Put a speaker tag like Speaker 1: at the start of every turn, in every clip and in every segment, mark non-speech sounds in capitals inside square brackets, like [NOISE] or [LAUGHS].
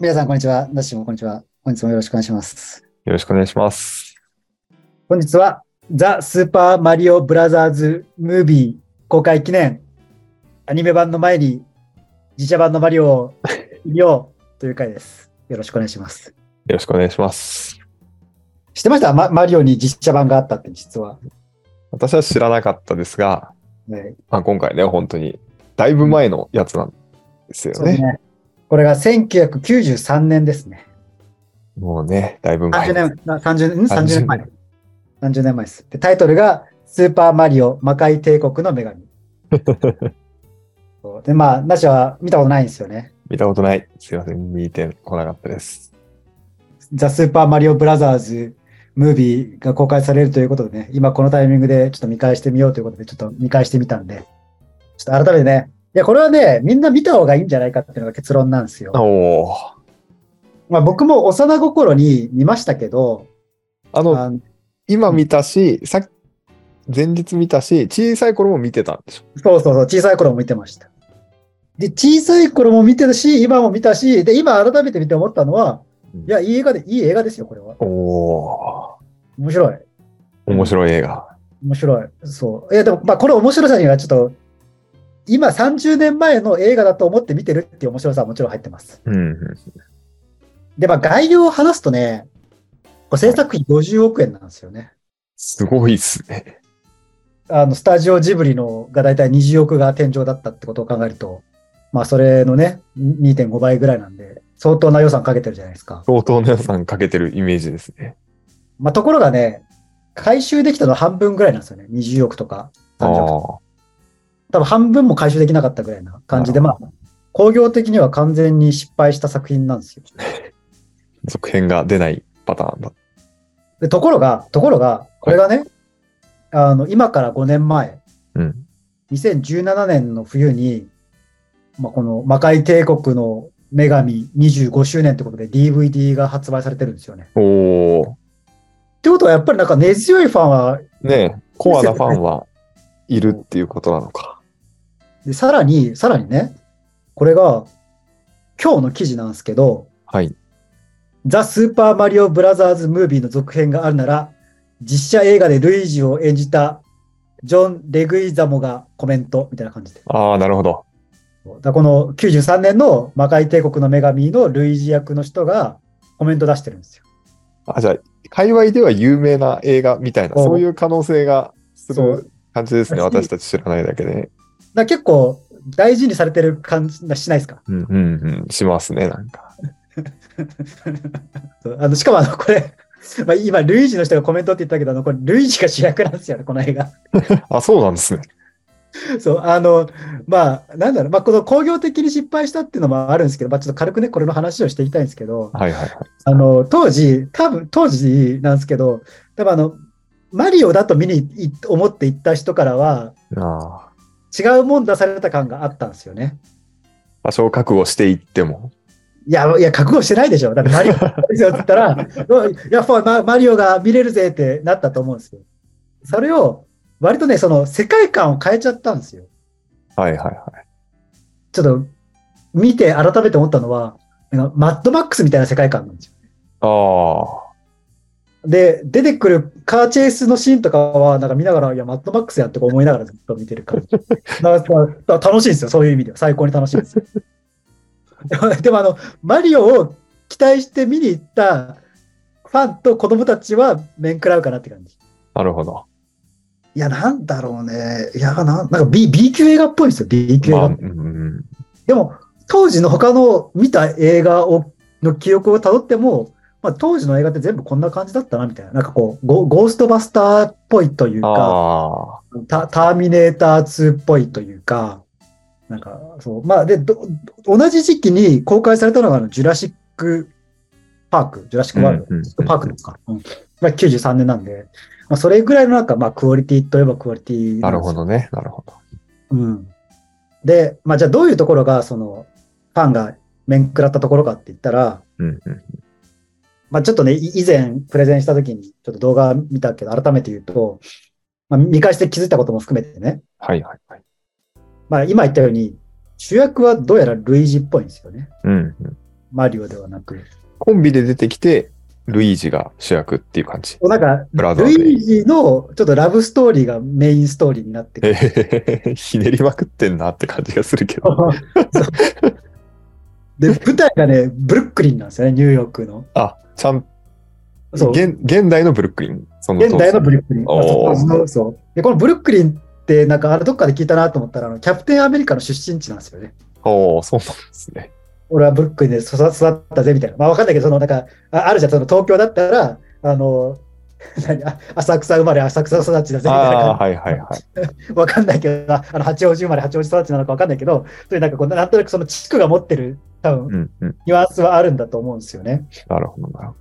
Speaker 1: 皆さん、こんにちは。ナッシーもこんにちは。本日もよろしくお願いします。
Speaker 2: よろしくお願いします。
Speaker 1: 本日は、ザ・スーパーマリオブラザーズ・ムービー公開記念、アニメ版の前に、自社版のマリオを見ようという回です。よろしくお願いします。
Speaker 2: よろしくお願いします。
Speaker 1: 知ってましたママリオに実写版があったって、実は。
Speaker 2: 私は知らなかったですが、
Speaker 1: はい
Speaker 2: まあ、今回ね、本当に、だいぶ前のやつなんですよ
Speaker 1: そうです
Speaker 2: ね。
Speaker 1: ね。これが1993年ですね。
Speaker 2: もうね、だいぶ前。
Speaker 1: 30年、な30, ん30年前
Speaker 2: 30。
Speaker 1: 30年前です。で、タイトルが、スーパーマリオ魔界帝国の女神。そうで、まあ、なしは見たことないんですよね。
Speaker 2: 見たことない。すいません、見てこなかったです。
Speaker 1: ザ・スーパーマリオブラザーズムービーが公開されるということでね、今このタイミングでちょっと見返してみようということで、ちょっと見返してみたんで、ちょっと改めてね、いや、これはね、みんな見た方がいいんじゃないかっていうのが結論なんですよ。
Speaker 2: おお。
Speaker 1: まあ、僕も幼心に見ましたけど、
Speaker 2: あの、
Speaker 1: あの
Speaker 2: 今見たし、さっ前日見たし、小さい頃も見てたんでしょ。
Speaker 1: そうそうそう、小さい頃も見てました。で、小さい頃も見てるし、今も見たし、で、今改めて見て思ったのは、いや、いい映画で、いい映画ですよ、これは。
Speaker 2: おお
Speaker 1: 面白い。
Speaker 2: ー。面白い映画。
Speaker 1: 面白い。そう。いや、でも、まあ、この面白さにはちょっと、今30年前の映画だと思って見てるっていう面白さはもちろん入ってます。
Speaker 2: うんう
Speaker 1: で、まあ、概要を話すとね、これ制作費50億円なんですよね。
Speaker 2: すごいっすね。
Speaker 1: あの、スタジオジブリのが大体20億が天井だったってことを考えると、まあ、それのね、2.5倍ぐらいなんで、相当な予算かけてるじゃないですか。
Speaker 2: 相当の予算かけてるイメージですね。
Speaker 1: まあ、ところがね、回収できたのは半分ぐらいなんですよね。20億とか
Speaker 2: あ
Speaker 1: 30億とか。
Speaker 2: あ。
Speaker 1: 多分半分も回収できなかったぐらいな感じで、まあ、工業的には完全に失敗した作品なんですよ。
Speaker 2: 続編が出ないパターンだ。
Speaker 1: でところが、ところが、これがね、あの、今から5年前、
Speaker 2: うん。
Speaker 1: 2017年の冬に、まあ、この魔界帝国の女神25周年ってことで DVD が発売されてるんですよね。
Speaker 2: おお。
Speaker 1: ってことはやっぱりなんか根強いファンは、
Speaker 2: ねえ、コアなファンはいるっていうことなのか。
Speaker 1: でさらに、さらにね、これが今日の記事なんですけど、
Speaker 2: はい。
Speaker 1: ザ・スーパーマリオブラザーズ・ムービーの続編があるなら、実写映画でルイージを演じたジョン・レグイザモがコメントみたいな感じで。
Speaker 2: ああ、なるほど。
Speaker 1: だからこの93年の魔界帝国の女神のルイージ役の人がコメント出してるんですよ。
Speaker 2: あじゃあ、界隈では有名な映画みたいな、
Speaker 1: そう
Speaker 2: そういう可能性がす
Speaker 1: そ
Speaker 2: る感じですね。
Speaker 1: だし
Speaker 2: 私たち知らないだけで。
Speaker 1: だから結構大事にされてる感じしないですか
Speaker 2: うんうんうん。しますね、なんか。
Speaker 1: そうあのしかもあのこれ、 [LAUGHS] まあ、今ルイージの人がコメントって言ったけど、あのこれルイージが主役なんですよね、この映画。
Speaker 2: あ、そうなんですね。
Speaker 1: [LAUGHS] そう、あの、まあ、なんだろう、まあ、この工業的に失敗したっていうのもあるんですけど、まあ、ちょっと軽くね、これの話をしていきたいんですけど、
Speaker 2: はいはいはい。
Speaker 1: あの、当時、多分、当時なんですけど、多分あの、マリオだと見にい思って行った人からは、
Speaker 2: ああ。
Speaker 1: 違うもん出された感があったんですよね。
Speaker 2: 多少覚悟していっても。
Speaker 1: いや、いや、覚悟してないでしょ。だってマリオですよって言ったら、うんいや、フォママリオが見れるぜってなったと思うんですよ。それを、割とね、その世界観を変えちゃったんですよ。
Speaker 2: はいはいは
Speaker 1: ちょっと見て改めて思ったのは、なんかマッドマックスみたいな世界観なんですよ。
Speaker 2: い。ああ。
Speaker 1: で、出てくるカーチェイスのシーンとかは、なんか見ながら、いや、マッドマックスやんとか思いながらずっと見てる感じ。なんかまあ楽しいんですよ、そういう意味では。最高に楽しいんですよ。でもでもあの、マリオを期待して見に行ったファンと子供たちは面食らうかなって感じ。
Speaker 2: なるほど。
Speaker 1: いや、なんだろうね。いや、なんなんか B, B 級映画っぽいんですよ、B 級映
Speaker 2: まあ、
Speaker 1: 画
Speaker 2: うんうん。
Speaker 1: でも、当時の他の見た映画をの記憶をたどっても、まあ、当時の映画って全部こんな感じだったな、みたいな。なんかこう、ゴゴーストバスターっぽいというか、
Speaker 2: ああ。
Speaker 1: タターミネーター2っぽいというか、なんか、そう。まあ、で、ど同じ時期に公開されたのが、あの、ジュラシックパーク、ジュラシックワールド、
Speaker 2: うんうん
Speaker 1: ジュラシックパークですか。うん。まあ、93年なんで、まあ、それぐらいのなんか、まあ、クオリティといえばクオリティ
Speaker 2: なんる
Speaker 1: ですよ
Speaker 2: ほどね。なるほど。
Speaker 1: うん。で、まあ、じゃあどういうところが、その、ファンが面食らったところかって言ったら、
Speaker 2: うんうん。
Speaker 1: まあ、ちょっとね、い以前プレゼンした時に、ちょっと動画見たけど、改めて言うと、まあ、見返して気づいたことも含めてね、
Speaker 2: はいはいはい。
Speaker 1: まあ、今言ったように、主役はどうやら類似っぽいんですよね。
Speaker 2: うんうん。
Speaker 1: マリオではなく。
Speaker 2: コンビで出てきて、ルイージが主役っていう感じ。
Speaker 1: なんか、
Speaker 2: ブラザー
Speaker 1: ル
Speaker 2: で
Speaker 1: イージのちょっとラブストーリーがメインストーリーになってく [LAUGHS] る。
Speaker 2: [LAUGHS] ひねりまくってんなって感じがする
Speaker 1: [LAUGHS]
Speaker 2: けど。
Speaker 1: で、舞台がね、ブルックリンなんですよね、ニューヨークの。
Speaker 2: あ、ちゃん、
Speaker 1: そう。
Speaker 2: 現現代のブルックリン。その当時
Speaker 1: 現代のブルックリン。あ
Speaker 2: お
Speaker 1: そう
Speaker 2: ー
Speaker 1: そうそうで、このブルックリンって、なんか、あれどっかで聞いたなと思ったら、あのキャプテンアメリカの出身地なんですよね。
Speaker 2: おおそうなんですね。
Speaker 1: 俺はブルックリンで育育ったぜみたいな。まあ、わかんないけど、その、なんか、ああるじゃん、その東京だったら、あの、 [LAUGHS] 何あ浅草生まれ、浅草育ちだぜみたいな
Speaker 2: あ
Speaker 1: 感
Speaker 2: あ、はいはいはい。
Speaker 1: じ。わかんないけど、ああの八王子生まれ、八王子育ちなのかわかんないけど、そういうなんかこう、なんとなくその地区が持ってる、多分
Speaker 2: うんうん。
Speaker 1: ニュアンスはあるんだと思うんですよね。
Speaker 2: なるほどな。
Speaker 1: なん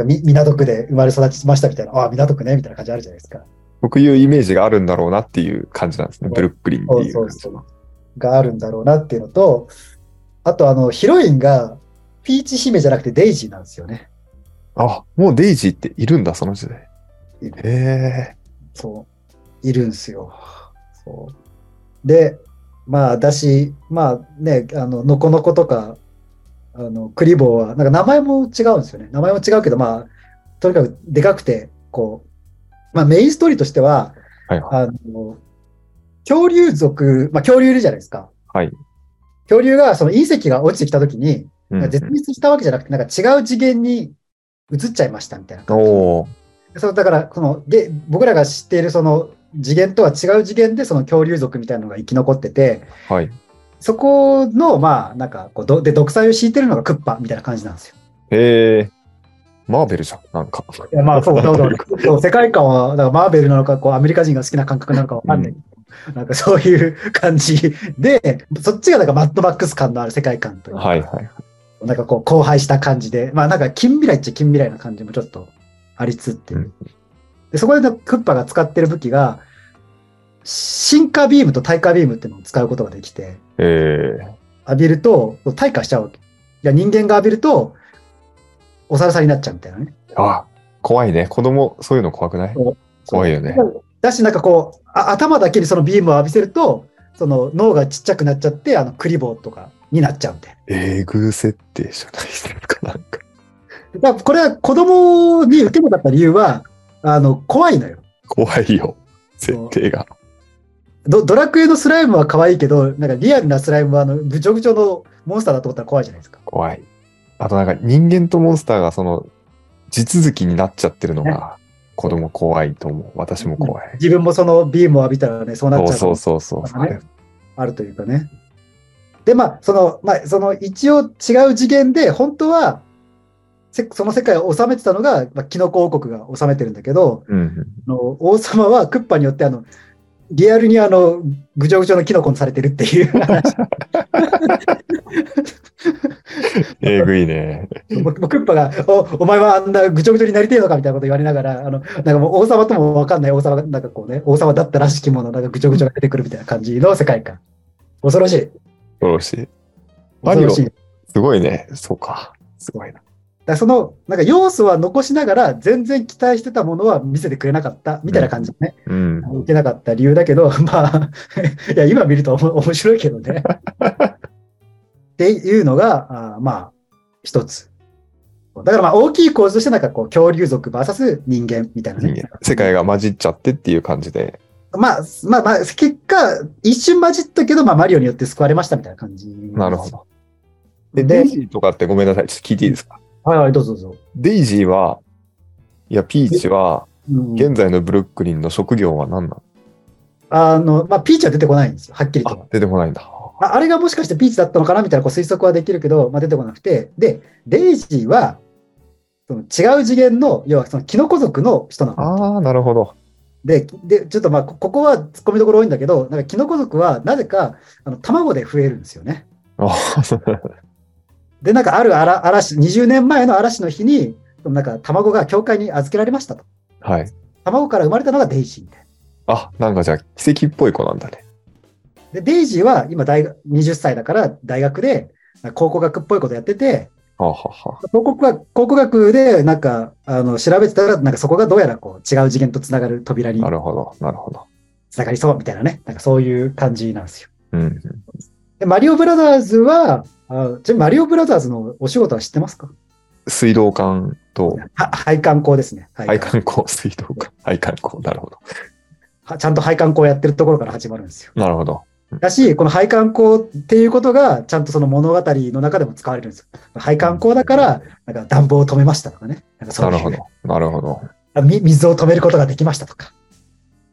Speaker 1: かみ港区で生まれ育ちましたみたいな、ああ、港区ねみたいな感じあるじゃないですか。
Speaker 2: 僕いうイメージがあるんだろうなっていう感じなんですね。ブルックリンっていう
Speaker 1: そ
Speaker 2: 感
Speaker 1: う
Speaker 2: じ。
Speaker 1: そうがあるんだろうなっていうのと、あとあのヒロインがピーチ姫じゃなくてデイジーなんですよね。
Speaker 2: あ、もうデイジーっているんだ、その時代。
Speaker 1: い
Speaker 2: へえ。
Speaker 1: そう。いるんですよ。そうで、まあだし、まあね、あの、のこのことか、あの、クリボーは、なんか名前も違うんですよね。名前も違うけど、まあ、とにかくでかくて、こう、まあメインストーリーとしては、
Speaker 2: はいはい。
Speaker 1: あの、恐竜族、まあ、恐竜いるじゃないですか。
Speaker 2: はい。
Speaker 1: 恐竜がその隕石が落ちてきたときに、
Speaker 2: うんうん
Speaker 1: 絶滅したわけじゃなくて、なんか違う次元に移っちゃいましたみたいな感じ。
Speaker 2: おお。
Speaker 1: そのだからこので、僕らが知っているその次元とは違う次元でその恐竜族みたいなのが生き残ってて、
Speaker 2: はい。
Speaker 1: そこの、まあ、なんかこうど、で、独裁を敷いてるのがクッパみたいな感じなんですよ。
Speaker 2: へえ。マーベルじゃん、なんか。
Speaker 1: いやまあ、そうそうそうそう世界観は、だからマーベルなのか、こう、アメリカ人が好きな感覚なのかわかんないけど、なんかそういう感じで、そっちがなんかマッドマックス感のある世界観というか、
Speaker 2: はいはい。
Speaker 1: なんかこう、荒廃した感じで、まあなんか近未来っちゃ近未来な感じもちょっとありつつっていう
Speaker 2: うん
Speaker 1: で、そこでクッパが使ってる武器が、進化ビームと耐火ビームっていうのを使うことができて、
Speaker 2: ええ。
Speaker 1: 浴びると、退化しちゃうわけ。いや、人間が浴びると、お猿さんになっちゃうみたいなね。
Speaker 2: あ、怖いね。子供、そういうの怖くない
Speaker 1: そう
Speaker 2: 怖いよね。
Speaker 1: だし、なんかこう、あ頭だけにそのビームを浴びせると、その脳がちっちゃくなっちゃって、あの、クリボーとかになっちゃうんで。
Speaker 2: えぐ設定じゃないですか、なんか。 [LAUGHS]
Speaker 1: だからこれは子供に受けなかった理由は、あの、怖いのよ。
Speaker 2: 怖いよ、設定が。
Speaker 1: ドドラクエのスライムは可愛いけど、なんかリアルなスライムは、あの、ぐちょぐちょのモンスターだと思ったら怖いじゃないですか。
Speaker 2: 怖い。あとなんか人間とモンスターがその地続きになっちゃってるのが子供怖いと思う。私も怖い。
Speaker 1: 自分もそのビームを浴びたらね、そうなっちゃう
Speaker 2: そうそうそうそう。
Speaker 1: なんかねあるというかね。で、まあ、その、まあ、その一応違う次元で、本当は、せその世界を治めてたのが、まあ、キノコ王国が治めてるんだけど、
Speaker 2: うんうん。
Speaker 1: あの王様はクッパによってあのリアルにあのぐちょぐちょのキノコにされてるっていう話
Speaker 2: えぐいね。
Speaker 1: もうクッパがおお前はあんなぐちょぐちょになりてえのかみたいなこと言われながらあのなんかもう王様とも分かんない王様がなんかこうね王様だったらしきものなんかぐちょぐちょが出てくるみたいな感じの世界観恐ろしい
Speaker 2: 恐ろしい。マ
Speaker 1: 恐
Speaker 2: リオ
Speaker 1: ろしいだか
Speaker 2: すごいね。そうか。すごいな。
Speaker 1: らそのなんか要素は残しながら全然期待してたものは見せてくれなかったみたいな感じのね、
Speaker 2: うん。
Speaker 1: 受けなかった理由だけど、 [LAUGHS] まあ、いや、今見るとおも面白いけど
Speaker 2: [LAUGHS]
Speaker 1: ね。っていうのが、あーまあ、一つ。だからまあ、大きい構図として、なんかこう、恐竜族 VS 人間みたいな
Speaker 2: 人
Speaker 1: ね
Speaker 2: 間。世界が混じっちゃってっていう感じで。
Speaker 1: まあ、まあまあ、結果、一瞬混じったけど、まあ、マリオによって救われましたみたいな感じ。
Speaker 2: なるほど。で、
Speaker 1: で、
Speaker 2: デイジーとかってごめんなさい。ちょっと聞いていいですか。
Speaker 1: はいはい、どうぞどうぞ。
Speaker 2: デイジーは、いや、ピーチは、
Speaker 1: うん
Speaker 2: 現在のブルックリンの職業は何な
Speaker 1: あの、まあ、ピーチは出てこないんですよ、はっきりと
Speaker 2: のあ。、出てこないんだ。
Speaker 1: ああれがもしかしてピーチだったのかなみたいなこう推測はできるけど、まあ、出てこなくて、で、デイジーは、その違う次元の、要はそのキノコ族の人なの。
Speaker 2: ああ、なるほど。
Speaker 1: で、で、ちょっとまあ、こここは突っ込みどころ多いんだけど、なんかキノコ族はなぜか、あの、卵で増えるんですよね。
Speaker 2: あ [LAUGHS] ー
Speaker 1: で、なんかあるあら嵐、20年前の嵐の日に、そのなんか卵が教会に預けられましたと。
Speaker 2: はい。
Speaker 1: 卵から生まれたのがデイジーみたいな。
Speaker 2: あ、なんかじゃあ奇跡っぽい子なんだね。
Speaker 1: で、デイジーは今大学、20歳だから大学で、なんか考古学っぽいことやってて、
Speaker 2: はあ、はあはあ、
Speaker 1: 考古学考古学でなんかあの調べてたらなんかそこがどうやらこう違う次元とつながる扉に
Speaker 2: なるほど、なるほど。
Speaker 1: つながりそうみたいなねなんかそういう感じなんですよ。
Speaker 2: うん。
Speaker 1: でマリオブラザーズはああじゃあマリオブラザーズのお仕事は知ってますか
Speaker 2: 水道管と、
Speaker 1: は配管工ですね。配
Speaker 2: 配管工、 [LAUGHS] 水道管、配管工。なるほど。
Speaker 1: はちゃんと配管工やってるところから始まるんですよ。
Speaker 2: なるほど。
Speaker 1: だし、この配管工っていうことが、ちゃんとその物語の中でも使われるんですよ。配管工だから、なんか暖房を止めましたとかね。なんかそうい
Speaker 2: な
Speaker 1: う
Speaker 2: るほど。なるほど。
Speaker 1: あみ水を止めることができましたとか。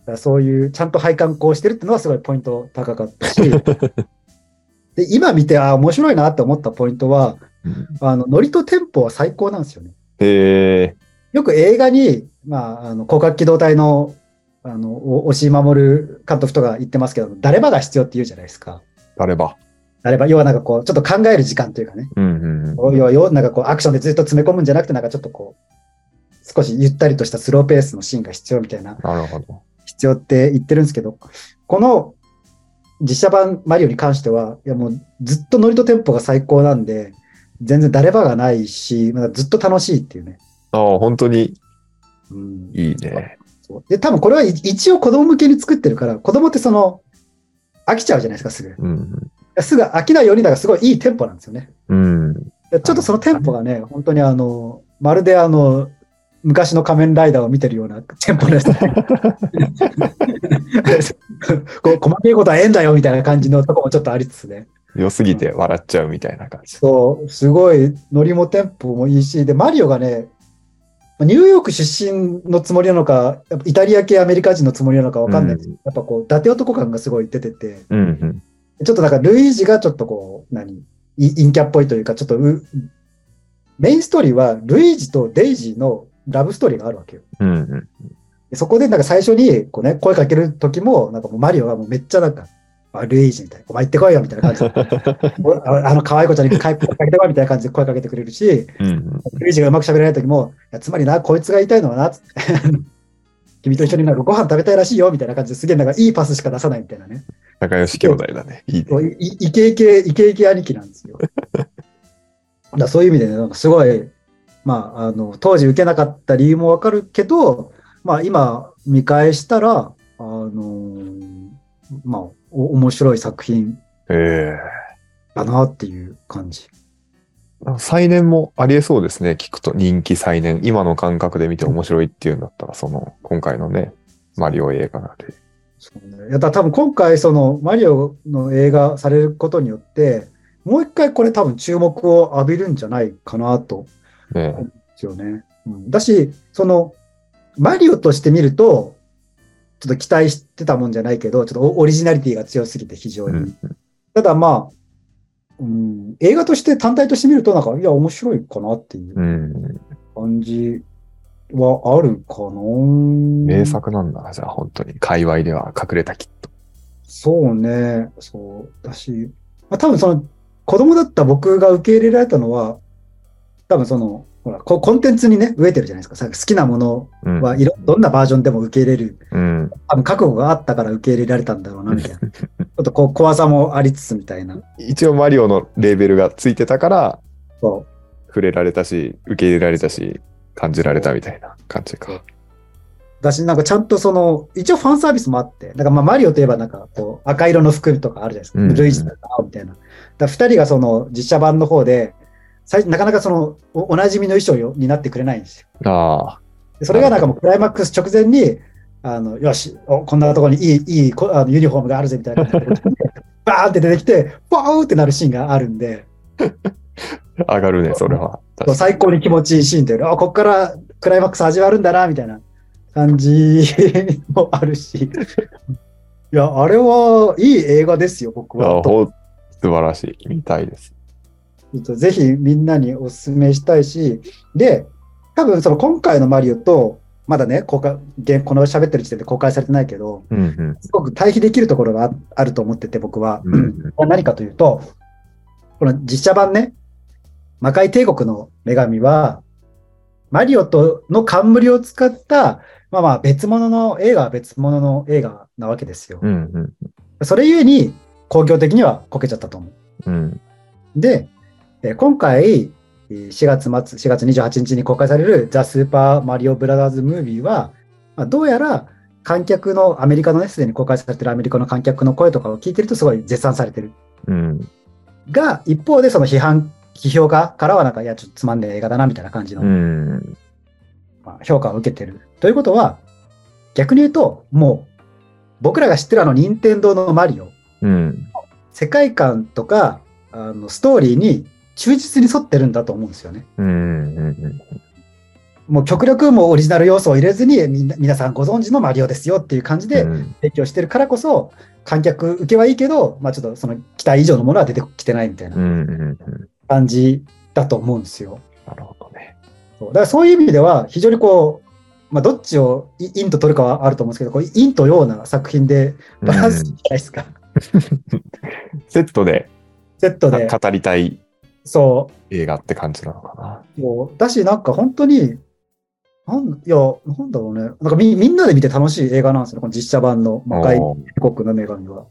Speaker 1: だからそういう、ちゃんと配管工してるっていうのはすごいポイント高かったし、で今見て、あ面白いなって思ったポイントは、
Speaker 2: うん
Speaker 1: あの、ノリとテンポは最高なんですよね。
Speaker 2: へえ。
Speaker 1: よく映画に、まあ、あの、広角機動隊の、あの、お押井守監督とか言ってますけど、誰ばが必要って言うじゃないですか。
Speaker 2: あれば。
Speaker 1: 誰ば、要はなんかこう、ちょっと考える時間というかね。
Speaker 2: うんうん。
Speaker 1: 要は、要はなんかこう、アクションでずっと詰め込むんじゃなくて、なんかちょっとこう、少しゆったりとしたスローペースのシーンが必要みたいな、
Speaker 2: なるほど。
Speaker 1: 必要って言ってるんですけど、この実写版マリオに関しては、いやもうずっとノリとテンポが最高なんで、全然誰ばがないし、まだずっと楽しいっていうね。
Speaker 2: ああ、本当に
Speaker 1: うん
Speaker 2: いいね。
Speaker 1: そうで、多分これは一応子供向けに作ってるから、子供ってその、飽きちゃうじゃないですか、すぐ。
Speaker 2: うん
Speaker 1: すぐ飽きないように、だからすごいいいテンポなんですよね。
Speaker 2: うん。うん。
Speaker 1: でちょっとそのテンポがね、本当にあの、まるであの、昔の仮面ライダーを見てるようなテンポのやつ。 [LAUGHS] こう細けいことはええんだよみたいな感じのとこもちょっとありつつね。
Speaker 2: 良すぎて笑っちゃうみたいな感じ。
Speaker 1: そう、すごい、ノリもテンポもいいし、で、マリオがね、ニューヨーク出身のつもりなのか、やっぱイタリア系アメリカ人のつもりなのかわかんないですけど、やっぱこう、伊達男感がすごい出てて、
Speaker 2: うんうん。
Speaker 1: ちょっとだからルイージがちょっとこう、何、い陰キャっぽいというか、ちょっとう、メインストーリーはルイージとデイジーのラブストーリーがあるわけよ。
Speaker 2: うんうん。
Speaker 1: でそこでなんか最初にこう、ね、声かける時も、なんかもうマリオがもうめっちゃなんか、あルイージみたいな、お前行ってこいよみたいな感じでおああの可愛い子ちゃんに声かけてこいみたいな感じで声かけてくれるし、
Speaker 2: うん
Speaker 1: ルイージがうまく喋れない時も、いやつまりな、こいつが言いたいのはな、つって [LAUGHS] 君と一緒になんかご飯食べたいらしいよみたいな感じですげえなんかいいパスしか出さないみたいなね。
Speaker 2: 仲良し兄弟だね。いい
Speaker 1: そう
Speaker 2: ね。
Speaker 1: いいイケイケ、イケイケ兄貴なんですよ。だからそういう意味でね、なんかすごい、まあ、あの、当時受けなかった理由もわかるけど、まあ、今見返したら、あのーまあ、お面白い作品
Speaker 2: え
Speaker 1: だなっていう感じ。
Speaker 2: え。再燃もありえそうですね。聞くと人気再燃。今の感覚で見て面白いっていうんだったら、その、今回のね、マリオ映画なんで。
Speaker 1: そうね、いやだから多分今回、そのマリオの映画されることによって、もう一回これ多分注目を浴びるんじゃないかなと
Speaker 2: ね
Speaker 1: ですよね。うん、だし、その、マリオとして見ると、ちょっと期待してたもんじゃないけど、ちょっとオオリジナリティが強すぎて非常
Speaker 2: う
Speaker 1: に。
Speaker 2: ん。
Speaker 1: ただまあ、うん、映画として単体として見ると、なんか、いや、面白いかなっていう
Speaker 2: うん。
Speaker 1: 感じはあるかな。
Speaker 2: 名作なんだな、じゃあ本当に。界隈では隠れたきっと。
Speaker 1: そうね、そう。だし、まあ、多分その、子供だった僕が受け入れられたのは、多分その、ほら、こコンテンツにね、飢えてるじゃないですか。さ好きなもの
Speaker 2: うん。
Speaker 1: はいろ、どんなバージョンでも受け入れる。
Speaker 2: うん。
Speaker 1: 多分覚悟があったから受け入れられたんだろうな、みたいな。ちょっとこう、小技もありつつみたいな。
Speaker 2: 一応マリオのレーベルがついてたから、
Speaker 1: そ
Speaker 2: 触れられたし、受け入れられたし、感じられたみたいな感じか。
Speaker 1: う。だし、なんかちゃんとその、一応ファンサービスもあって、なんかまあマリオといえばなんかこう、赤色の服とかあるじゃないですか。
Speaker 2: うん
Speaker 1: ルイージとか青みたいな。だから二人がその、実写版の方で、最なかなかそのお、おなじみの衣装よになってくれないんですよ。
Speaker 2: ああ。
Speaker 1: でそれがなんかもうクライマックス直前に、あのよしお、こんなところにいいいいこあのユニフォームがあるぜみ
Speaker 2: [LAUGHS]
Speaker 1: たいな感じで、バーンって出てきて、バーンってなるシーンがあるんで、
Speaker 2: 上がるね、それは。確か
Speaker 1: 最高に気持ちいいシーンというかあ、ここからクライマックス始まるんだな、みたいな感じ [LAUGHS] もあるし、いや、あれはいい映画ですよ、僕
Speaker 2: にあ
Speaker 1: は。と
Speaker 2: ほん素晴らしい。見たいです。
Speaker 1: ぜひみんなにお勧めしたいし、で、多分その今回のマリオと、まだね、公開現この喋ってる時点で公開されてないけど、
Speaker 2: うんうん。
Speaker 1: すごく対比できるところがああると思ってて、僕は。
Speaker 2: うんうん
Speaker 1: 何かというと、この実写版ね、魔界帝国の女神は、マリオとの冠を使った、まあまあ別物の映画は別物の映画なわけですよ
Speaker 2: う。んうん
Speaker 1: それゆえに、工業的にはこけちゃったと思う。
Speaker 2: うん
Speaker 1: で、えー今回、えー4月末、4月28日に公開されるザ・スーパーマリオブラザーズ・ムービーは、まあ、どうやら観客の、アメリカのね、すでに公開されてるアメリカの観客の声とかを聞いてるとすごい絶賛されてる。
Speaker 2: うん
Speaker 1: が、一方でその批判、批評家からはなんか、いや、ちょっとつまんねえ映画だな、みたいな感じの、
Speaker 2: うん。
Speaker 1: まあ評価を受けてる。ということは、逆に言うと、もう、僕らが知ってるあの、任天堂のマリオ、
Speaker 2: うん。
Speaker 1: 世界観とか、あの、ストーリーに忠実に沿ってるんだと思うんですよね。
Speaker 2: うん。うん。
Speaker 1: もう極力もうオリジナル要素を入れずに、みんな皆さんご存知のマリオですよっていう感じで
Speaker 2: うん
Speaker 1: 提供してるからこそ、観客受けはいいけど、まあちょっとその期待以上のものは出てきてないみたい
Speaker 2: うん。う。
Speaker 1: なん
Speaker 2: うん
Speaker 1: 感じだと思うんですよ。
Speaker 2: なるほどね。
Speaker 1: そうだからそういう意味では、非常にこう、まあどっちをい陰と取るかはあると思うんですけど、こう陰と陽な作品でバランスいいじゃないですか。
Speaker 2: セットで
Speaker 1: セットで。
Speaker 2: 語りたい
Speaker 1: そう。
Speaker 2: 映画って感じなのかな。
Speaker 1: そうだし、なんか本当に、なんいや、なんだろうね。なんかみみんなで見て楽しい映画なんですよね、この実写版の魔界
Speaker 2: おー
Speaker 1: 帝国の女神は。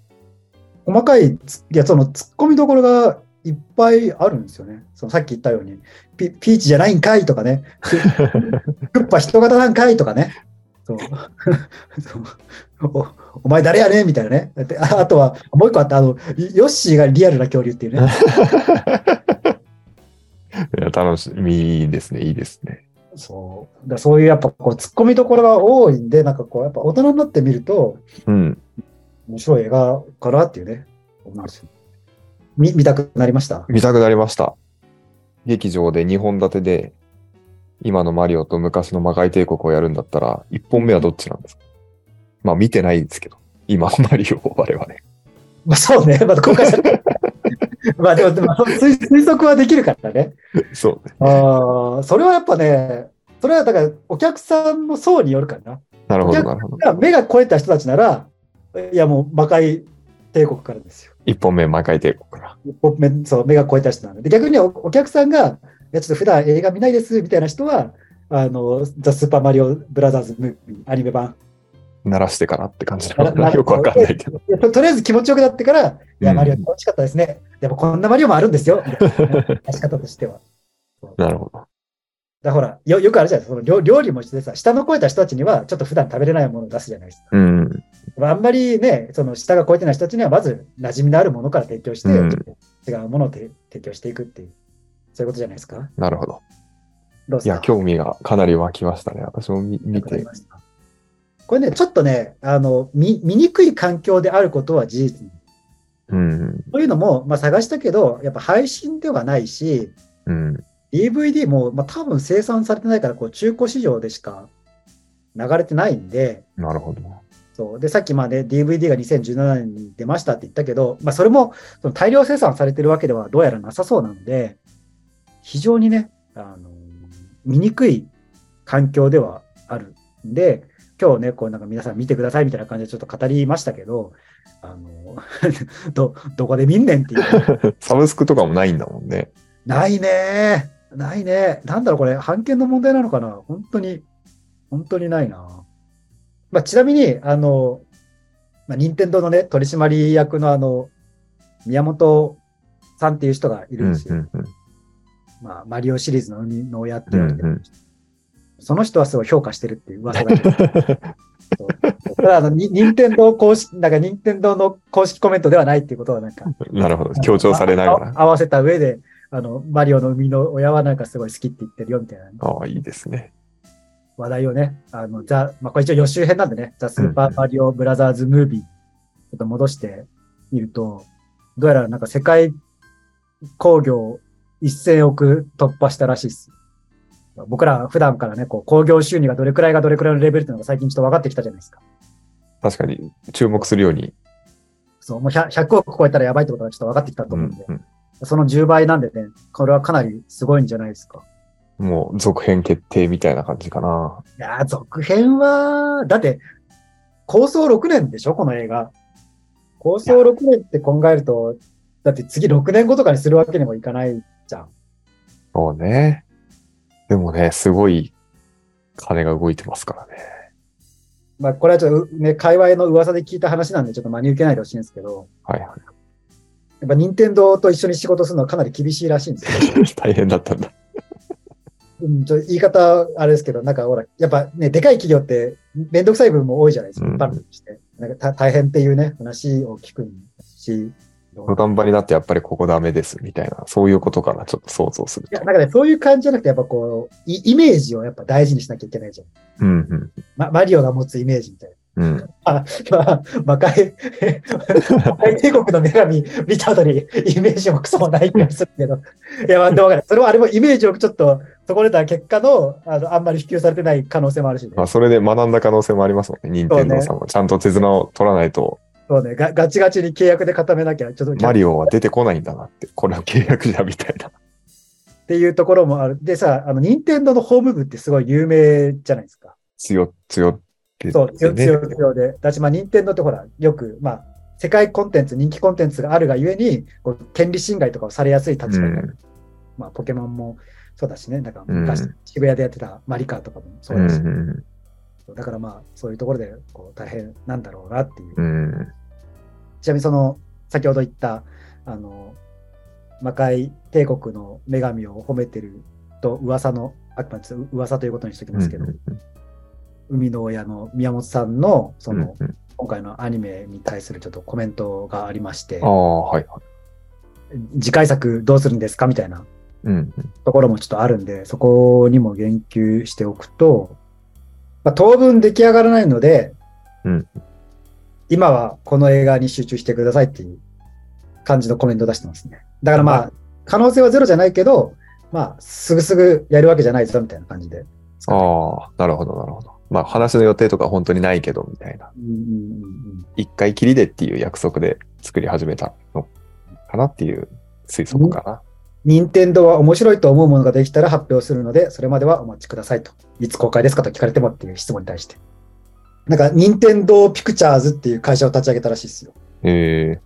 Speaker 1: 細かいつ、いや、その突っ込みどころがいっぱいあるんですよね。そのさっき言ったように、ピピーチじゃないんかいとかね、クッパ人型なんかいとかね。そう [LAUGHS] そうおお前誰やねんみたいなね。でああとは、もう一個あった、あの、ヨッシーがリアルな恐竜っていうね。
Speaker 2: いや楽しみですね。いいですね。
Speaker 1: そう。だからそういうやっぱこう突っ込みどころが多いんで、なんかこうやっぱ大人になってみると
Speaker 2: うん。
Speaker 1: 面白い映画かなっていうね。思うんですよ見見たくなりました。
Speaker 2: 見たくなりました。劇場で2本立てで、今のマリオと昔の魔界帝国をやるんだったら、1本目はどっちなんですかまあ見てないですけど、今のマリオを我々。
Speaker 1: まあそうね。まだ公開されてまあでも、でも推推測はできるからね。
Speaker 2: そうね。
Speaker 1: ああ、それはやっぱね、それはだからお客さんの層によるからな。
Speaker 2: なるほ
Speaker 1: じゃ
Speaker 2: ど、
Speaker 1: あ
Speaker 2: なるほど。
Speaker 1: だから目が肥えた人たちなら、いやもう魔界帝国からですよ。
Speaker 2: 1本目、魔界帝国から。
Speaker 1: 僕目そう目が超えた人なので逆におお客さんがいやちょっと普段映画見ないですみたいな人はあのザ・スーパーマリオブラザーズムービーアニメ版
Speaker 2: 鳴らしてからって感じなのか
Speaker 1: な
Speaker 2: な。
Speaker 1: な
Speaker 2: よくわかんないけど。
Speaker 1: いやととりあえず気持ちよくなってからいや
Speaker 2: うん
Speaker 1: マリオ楽しかったですね、でもこんなマリオもあるんですよみたいな
Speaker 2: [LAUGHS]
Speaker 1: 出し方としては
Speaker 2: なるほど。
Speaker 1: だからほらよよくあるじゃないですかその料料理も一緒でさ下の超えた人たちにはちょっと普段食べれないものを出すじゃないですか
Speaker 2: うん。
Speaker 1: あんまりねその下が超えてない人たちにはまず馴染みのあるものから提供して、
Speaker 2: うん
Speaker 1: ちょっと違うものを提提供していくっていうそういうことじゃないですか
Speaker 2: なるほど。
Speaker 1: どうで
Speaker 2: い
Speaker 1: すか
Speaker 2: や、興味がかなり湧きましたね。私も見見
Speaker 1: わかり
Speaker 2: て。
Speaker 1: ましたこれね、ちょっとね、あの、見、見にくい環境であることは事実。
Speaker 2: うん。
Speaker 1: というのも、まあ探したけど、やっぱ配信ではないし、
Speaker 2: うん。
Speaker 1: DVD も、まあ多分生産されてないから、こう中古市場でしか流れてないんで、
Speaker 2: なるほど。
Speaker 1: そう。で、さっきまあね、DVD が2017年に出ましたって言ったけど、まあそれも、その大量生産されてるわけではどうやらなさそうなので、非常にね、あの、見にくい環境ではあるんで、今日ね、こうなんか皆さん見てくださいみたいな感じでちょっと語りましたけど、あの、 [LAUGHS] ど、どこで見んねんっていう。
Speaker 2: サブスクとかもないんだもんね。
Speaker 1: ないねないねなんだろうこれ、版権の問題なのかな本当に、本当にないなまあ、ちなみに、あの、まあ、任天堂のね、取締役のあの、宮本さんっていう人がいる
Speaker 2: うんん
Speaker 1: ですよ。
Speaker 2: うんうん。
Speaker 1: まあ、マリオシリーズの生みの親って
Speaker 2: う
Speaker 1: 言わ
Speaker 2: ん
Speaker 1: れてる、
Speaker 2: うん
Speaker 1: その人はすごい評価してるっていう噂が。
Speaker 2: [LAUGHS]
Speaker 1: ただあの、に任天堂公式、なんか任天堂の公式コメントではないっていうことはなんか、
Speaker 2: なるほど。強調されながら
Speaker 1: あ。あ合わせた上で、あの、マリオの生みの親はなんかすごい好きって言ってるよみたいな
Speaker 2: ああ、いいですね。
Speaker 1: 話題をね、あの、ザ、まあ、これ一応予習編なんでね、ザ・スーパーマリオブラザーズ・ムービー、ちょっと戻してみると、どうやらなんか世界興行1000億突破したらしいです。僕ら普段からね、こう、興行収入がどれくらいがどれくらいのレベルっていうのが最近ちょっと分かってきたじゃないですか。
Speaker 2: 確かに、注目するように。
Speaker 1: そう、もう 100, 100億超えたらやばいってことがちょっと分かってきたと
Speaker 2: う
Speaker 1: 思うん
Speaker 2: ん
Speaker 1: で、その10倍なんでね、これはかなりすごいんじゃないですか。
Speaker 2: うんもう、続編決定みたいな感じかな。
Speaker 1: いやー、続編は、だって、構想6年でしょ、この映画。構想6年って考えると、だって次6年後とかにするわけにもいかないじゃん。
Speaker 2: そうね。でもね、すごい、金が動いてますからね。
Speaker 1: まあ、これはちょっとうね、界隈の噂で聞いた話なんで、ちょっと真に受けないでほしいんですけど、
Speaker 2: はいは
Speaker 1: やっぱ任天堂と一緒に仕事するのはかなり厳しいらしいんですよ。
Speaker 2: い。大変だったんだ。
Speaker 1: うん、ちょ言い方、あれですけど、なんかほら、やっぱね、でかい企業ってめんどくさい部分も多いじゃないですか、
Speaker 2: うん
Speaker 1: 一般論として。なんかた大変っていうね、話を聞くし、
Speaker 2: 土壇場になってやっぱりここダメですみたいな、そういうことかな、ちょっと想像する
Speaker 1: いや、
Speaker 2: と。
Speaker 1: なんかね、そういう感じじゃなくて、やっぱこう、イイメージをやっぱ大事にしなきゃいけないじゃん。
Speaker 2: うんうん
Speaker 1: ま、マリオが持つイメージみたいな。 [LAUGHS]
Speaker 2: うん。
Speaker 1: あ、まあ、魔界、魔界帝国の女神見た後にイメージもクソもない気がするけど。いや、まあ、でも分かる。それはあれもイメージをちょっと損ねた結果の、あの、あんまり普及されてない可能性もあるしね、
Speaker 2: まあ、それで学んだ可能性もありますもんね。任天堂さんも。ちゃんと手綱を取らないと、
Speaker 1: そうねが。ガチガチに契約で固めなきゃ、ちょっと、
Speaker 2: マ
Speaker 1: っ
Speaker 2: リオは出てこないんだなって、これは契約じゃみたいな。
Speaker 1: ていうところもある。でさ、あの、任天堂のホーム部ってすごい有名じゃないですか。
Speaker 2: 強、強って、ね。
Speaker 1: そう、強強強で。だし、まあ、任天堂ってほら、よく、まあ、世界コンテンツ、人気コンテンツがあるがゆえに、こう権利侵害とかをされやすい立場になる。
Speaker 2: うん
Speaker 1: まあ、ポケモンもそうだしね、だから
Speaker 2: うん
Speaker 1: 昔、渋谷でやってたマリカーとかもそう
Speaker 2: う
Speaker 1: だ
Speaker 2: ん
Speaker 1: し、
Speaker 2: う
Speaker 1: だからまあ、そういうところでこう大変なんだろうなっていう。
Speaker 2: んうん。
Speaker 1: ちなみに、その、先ほど言った、あの、魔界帝国の女神を褒めてると噂の、あくまでちょっと噂ということにしておきますけど、
Speaker 2: うんうん
Speaker 1: 海の親の宮本さんの、その、
Speaker 2: うんうん
Speaker 1: 今回のアニメに対するちょっとコメントがありまして
Speaker 2: あ、あ、はいはい。
Speaker 1: 次回作どうするんですかみたいな
Speaker 2: うん
Speaker 1: ところもちょっとあるんで、そこにも言及しておくと、まあ、当分出来上がらないので、
Speaker 2: うん
Speaker 1: 今はこの映画に集中してくださいっていう感じのコメントを出してますね。だからまあ、可能性はゼロじゃないけど、まあ、すぐすぐやるわけじゃないぞみたいな感じで。
Speaker 2: うん。ああ、なるほど、なるほど。まあ、話の予定とか本当にないけど、みたいな。
Speaker 1: うんうんうんうん
Speaker 2: 一回きりでっていう約束で作り始めたのかなっていう推測かな。
Speaker 1: 任天堂は面白いと思うものができたら発表するので、それまではお待ちくださいと。いつ公開ですかと聞かれてもっていう質問に対して。なんか、任天堂ピクチャーズっていう会社を立ち上げたらしいですよ。
Speaker 2: え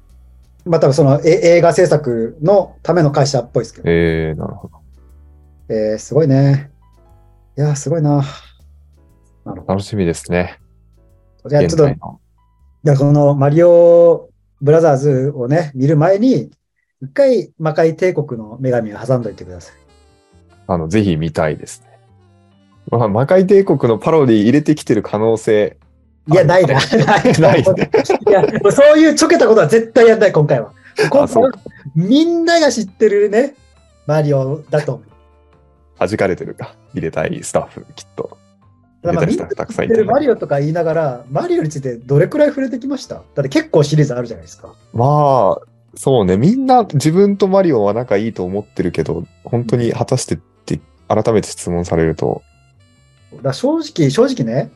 Speaker 1: まあ、多分そのえ映画制作のための会社っぽいですけ
Speaker 2: え
Speaker 1: ど。
Speaker 2: ええなるほど。
Speaker 1: えー、すごいね。いやー、すごいな。なるほ
Speaker 2: 楽しみですね。
Speaker 1: ど。じゃあ、ちょっと、
Speaker 2: 現代の
Speaker 1: じゃあこのマリオブラザーズをね、見る前に、一回魔界帝国の女神を挟んどいてください。
Speaker 2: あの、ぜひ見たいですね。まあ、魔界帝国のパロディ入れてきてる可能性。
Speaker 1: いや、
Speaker 2: あ
Speaker 1: ないな。
Speaker 2: [LAUGHS] ないね。
Speaker 1: [LAUGHS] いや、もうそういうちょけたことは絶対やんない、今回は。今
Speaker 2: あ、そう
Speaker 1: 回
Speaker 2: か。
Speaker 1: みんなが知ってるね、マリオだと思う。
Speaker 2: 弾かれてるか。入れたいスタッフ、きっと。
Speaker 1: ただまあ、み
Speaker 2: 入れ
Speaker 1: んな
Speaker 2: たりしたらたく
Speaker 1: 知
Speaker 2: さ
Speaker 1: っ
Speaker 2: んい
Speaker 1: て
Speaker 2: て
Speaker 1: る
Speaker 2: る
Speaker 1: マリオとか言いながら、マリオについてどれくらい触れてきましただって結構シリーズあるじゃないですか。
Speaker 2: まあ、そうね。みんな自分とマリオは仲いいと思ってるけど、本当に果たしてって改めて質問されると、
Speaker 1: だから正直、正直ね、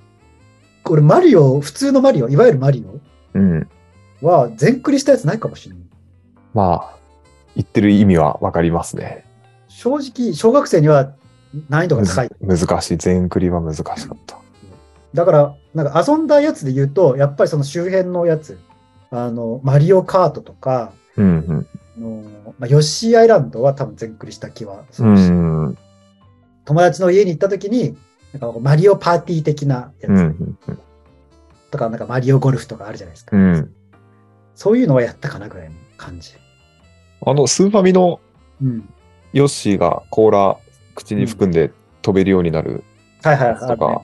Speaker 1: これマリオ、普通のマリオ、いわゆるマリ
Speaker 2: うん。
Speaker 1: オは全クリしたやつないかもしれない。
Speaker 2: まあ、言ってる意味はわかりますね。
Speaker 1: 正直、小学生には難易度が高い。
Speaker 2: むず難しい。全クリは難しかった。
Speaker 1: だから、なんか遊んだやつで言うと、やっぱりその周辺のやつ、あの、マリオカートとか、
Speaker 2: うんうん。
Speaker 1: あのまあ、ヨッシーアイランドは多分全クリした気はす
Speaker 2: う
Speaker 1: るし、
Speaker 2: んうん。
Speaker 1: 友達の家に行った時に、なんかこうマリオパーティー的なやつ
Speaker 2: うんうんうん。
Speaker 1: とか、なんかマリオゴルフとかあるじゃないですか。
Speaker 2: うん
Speaker 1: そういうのはやったかなぐらいの感じ。
Speaker 2: あの、スーファミの
Speaker 1: うん。
Speaker 2: ヨッシーが甲羅口に含んで飛べるようになる
Speaker 1: はいはい
Speaker 2: や
Speaker 1: は
Speaker 2: つ
Speaker 1: い。
Speaker 2: とか、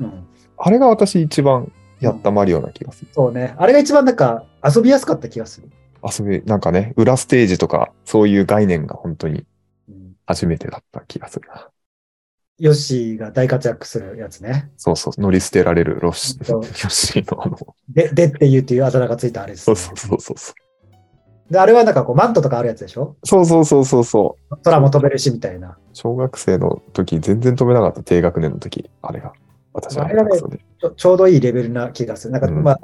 Speaker 1: うん。
Speaker 2: あれが私一番やったマリオな気がする。
Speaker 1: そうね。あれが一番なんか遊びやすかった気がする。
Speaker 2: 遊び、なんかね、裏ステージとか、そういう概念が本当に
Speaker 1: うん、
Speaker 2: 初めてだった気がするな。
Speaker 1: ヨッシーが大活躍するやつね。
Speaker 2: そうそう、乗り捨てられるロッシー、
Speaker 1: そ
Speaker 2: ヨ
Speaker 1: う
Speaker 2: ッシーのあの、
Speaker 1: で、でっていうっていうあだ名がついたあれです、
Speaker 2: そ
Speaker 1: ね。
Speaker 2: うそうそうそうそう。
Speaker 1: で、あれはなんかこうマントとかあるやつでしょ
Speaker 2: そうそうそうそうそう。
Speaker 1: 空も飛べるしみたいな。
Speaker 2: 小学生の時、全然飛べなかった、低学年の時、あれが。私は
Speaker 1: あれがね
Speaker 2: そうで。
Speaker 1: ちょちょうどいいレベルな気がする。なんか、
Speaker 2: うん
Speaker 1: まあ、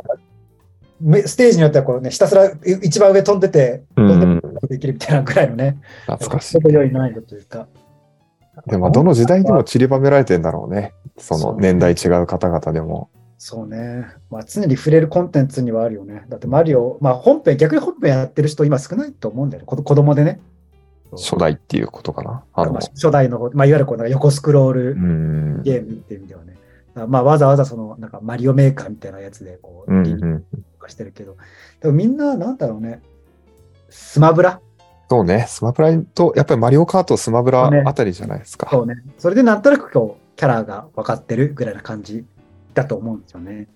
Speaker 1: めステージによってはこうね、ひたすらい一番上飛んでて、
Speaker 2: うんう
Speaker 1: 飛んで
Speaker 2: ん、
Speaker 1: できるみたいなぐらいのね、
Speaker 2: 懐かし
Speaker 1: ち
Speaker 2: い
Speaker 1: ょう。ど良い難易度というか。
Speaker 2: でも、どの時代にも散りばめられてんだろうね。そ
Speaker 1: そ
Speaker 2: の
Speaker 1: う
Speaker 2: 年代違う方々でも。
Speaker 1: そうね。まあ、常に触れるコンテンツにはあるよね。だってマリオ、まあ本編、逆に本編やってる人今少ないと思うんだよね。こ子供でね。
Speaker 2: 初代っていうことかな。あの、
Speaker 1: まあ初代の方、まあいわゆるこうなんか横スクロー
Speaker 2: う
Speaker 1: ル
Speaker 2: ん。
Speaker 1: ゲームっていう意味ではね。まあわざわざその、なんかマリオメーカーみたいなやつでこう、
Speaker 2: うん
Speaker 1: リンク
Speaker 2: うん、
Speaker 1: とかしてるけど。でもみんな、なんだろうね。スマブラ
Speaker 2: そうね、スマブラと、やっぱりマリオカート、スマブラあたりじゃないですか。
Speaker 1: そうね。それでなんとなくこう、キャラが分かってるぐらいな感じだと思うんですよね。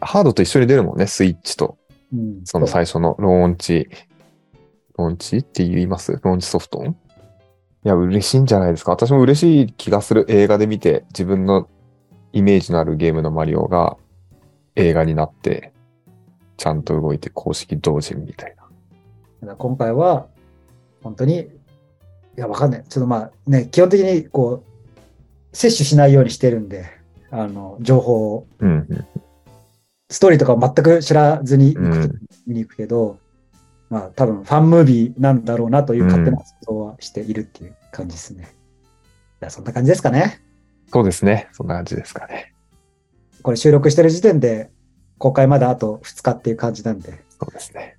Speaker 2: ハードと一緒に出るもんね、スイッチと、
Speaker 1: うん。
Speaker 2: その
Speaker 1: そう
Speaker 2: 最初のローンチローンチって言いますローンチソフトンいや、嬉しいんじゃないですか。私も嬉しい気がする。映画で見て、自分のイメージのあるゲームのマリオが映画になって、ちゃんと動いて公式同人みたいな。
Speaker 1: だから今回は、本当に、いや、わかんない。ちょっとまあね、基本的にこう、摂取しないようにしてるんで、あの、情報を、
Speaker 2: うん、うん。
Speaker 1: ストーリーとかを全く知らずに
Speaker 2: うん
Speaker 1: 見に行くけど、まあ多分ファンムービーなんだろうなという勝手な想像はしているっていう感じですね。じゃあそんな感じですかね。
Speaker 2: そうですね。そんな感じですかね。
Speaker 1: これ収録してる時点で公開まであと2日っていう感じなんで、
Speaker 2: そうですね。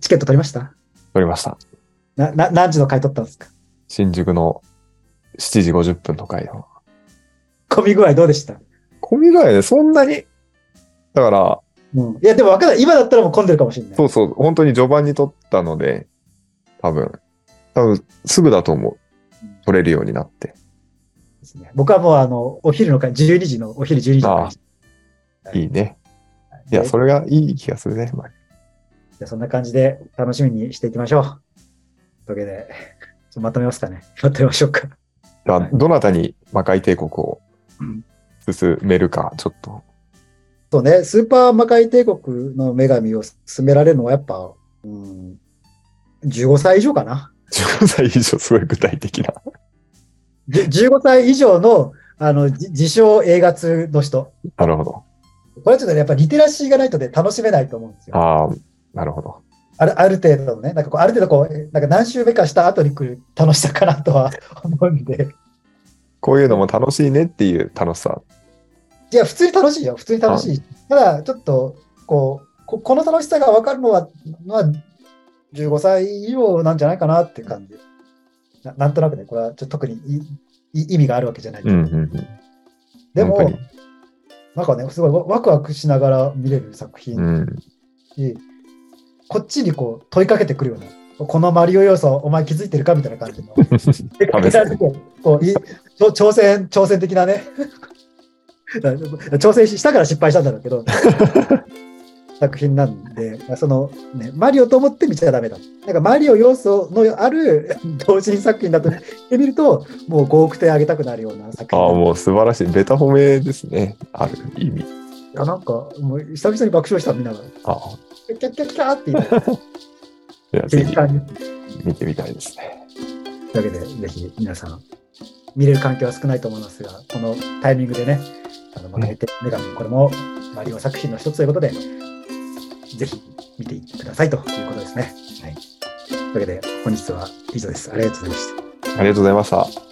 Speaker 1: チケット取りました
Speaker 2: 取りました。
Speaker 1: なな何時の回取ったんですか
Speaker 2: 新宿の7時50分の回の。
Speaker 1: 混み具合どうでした、
Speaker 2: 混み具合でそんなに、だから、
Speaker 1: うん、いやでも分かんない。今だったらもう混んでるかもしれない。
Speaker 2: そうそう、本当に序盤に撮ったので、多分、多分すぐだと思う。撮れるようになって。
Speaker 1: ですね。僕はもうあの、お昼の回、12時の、お昼12時の回
Speaker 2: あいいね。いや、
Speaker 1: で
Speaker 2: それがいい気がするね。まあ
Speaker 1: じゃあそんな感じで楽しみにしていきましょう。というわけで、ちょっとまとめますかね。まとめましょうか。
Speaker 2: じゃあ
Speaker 1: はい
Speaker 2: どなたに魔界帝国を
Speaker 1: うん
Speaker 2: 進めるか、ちょっと。
Speaker 1: そうね、スーパー魔界帝国の女神を進められるのはやっぱ、うん、15歳以上かな。
Speaker 2: 15歳以上、すごい具体的な。 [LAUGHS]
Speaker 1: じ15歳以上の、あの、じ自称映画通の人。
Speaker 2: なるほど。
Speaker 1: これはちょっとね、やっぱリテラシーがないとで楽しめないと思うんですよ。
Speaker 2: ああ、なるほど。
Speaker 1: あるある程度のね、なんかこう、ある程度こう、えなんか何週目かした後に来る楽しさかなとは思うんで。
Speaker 2: こういうのも楽しいねっていう楽しさ。
Speaker 1: いや、普通に楽しいよ。普通に楽しい。ただ、ちょっと、こう、ここの楽しさが分かるのは、まあ、15歳以上なんじゃないかなっていう感じ。ななんとなくね、これはちょっと特にいい意味があるわけじゃない。
Speaker 2: うんうんうん。
Speaker 1: でも
Speaker 2: 本当に、
Speaker 1: なんかね、すごいワワクワクしながら見れる作
Speaker 2: う
Speaker 1: 品
Speaker 2: ん。
Speaker 1: に、こっちにこう問いかけてくるような、このマリオ要素、お前気づいてるかみたいな感じの。でかけられてこうい挑挑戦、挑戦的なね。 [LAUGHS] 挑戦ししたから失敗したんだろうけど、作品なんで、まあそのね、マリオと思って見ちゃダメだ。なんかマリオ要素のある [LAUGHS] 同人作品だと見てみると、もう5億点あげたくなるような作
Speaker 2: ああ、
Speaker 1: 品
Speaker 2: もう素晴らしい。ベタ褒めですね。ある意味。
Speaker 1: いやなんか、もう久々に爆笑したみんながら、
Speaker 2: ああ。
Speaker 1: キャッキャッキャッキャーって言って、
Speaker 2: いや、ぜ
Speaker 1: 全
Speaker 2: ひ
Speaker 1: 然に。
Speaker 2: 見てみたいですね。
Speaker 1: というわけで、ぜひ皆さん、見れる環境は少ないと思いますが、このタイミングでね、あの、まかれて女神、これもマリオ作品の一つということで、ぜひ見てくださいということですね。はい。というわけで、本日は以上です。ありがとうございました。
Speaker 2: ありがとうございました。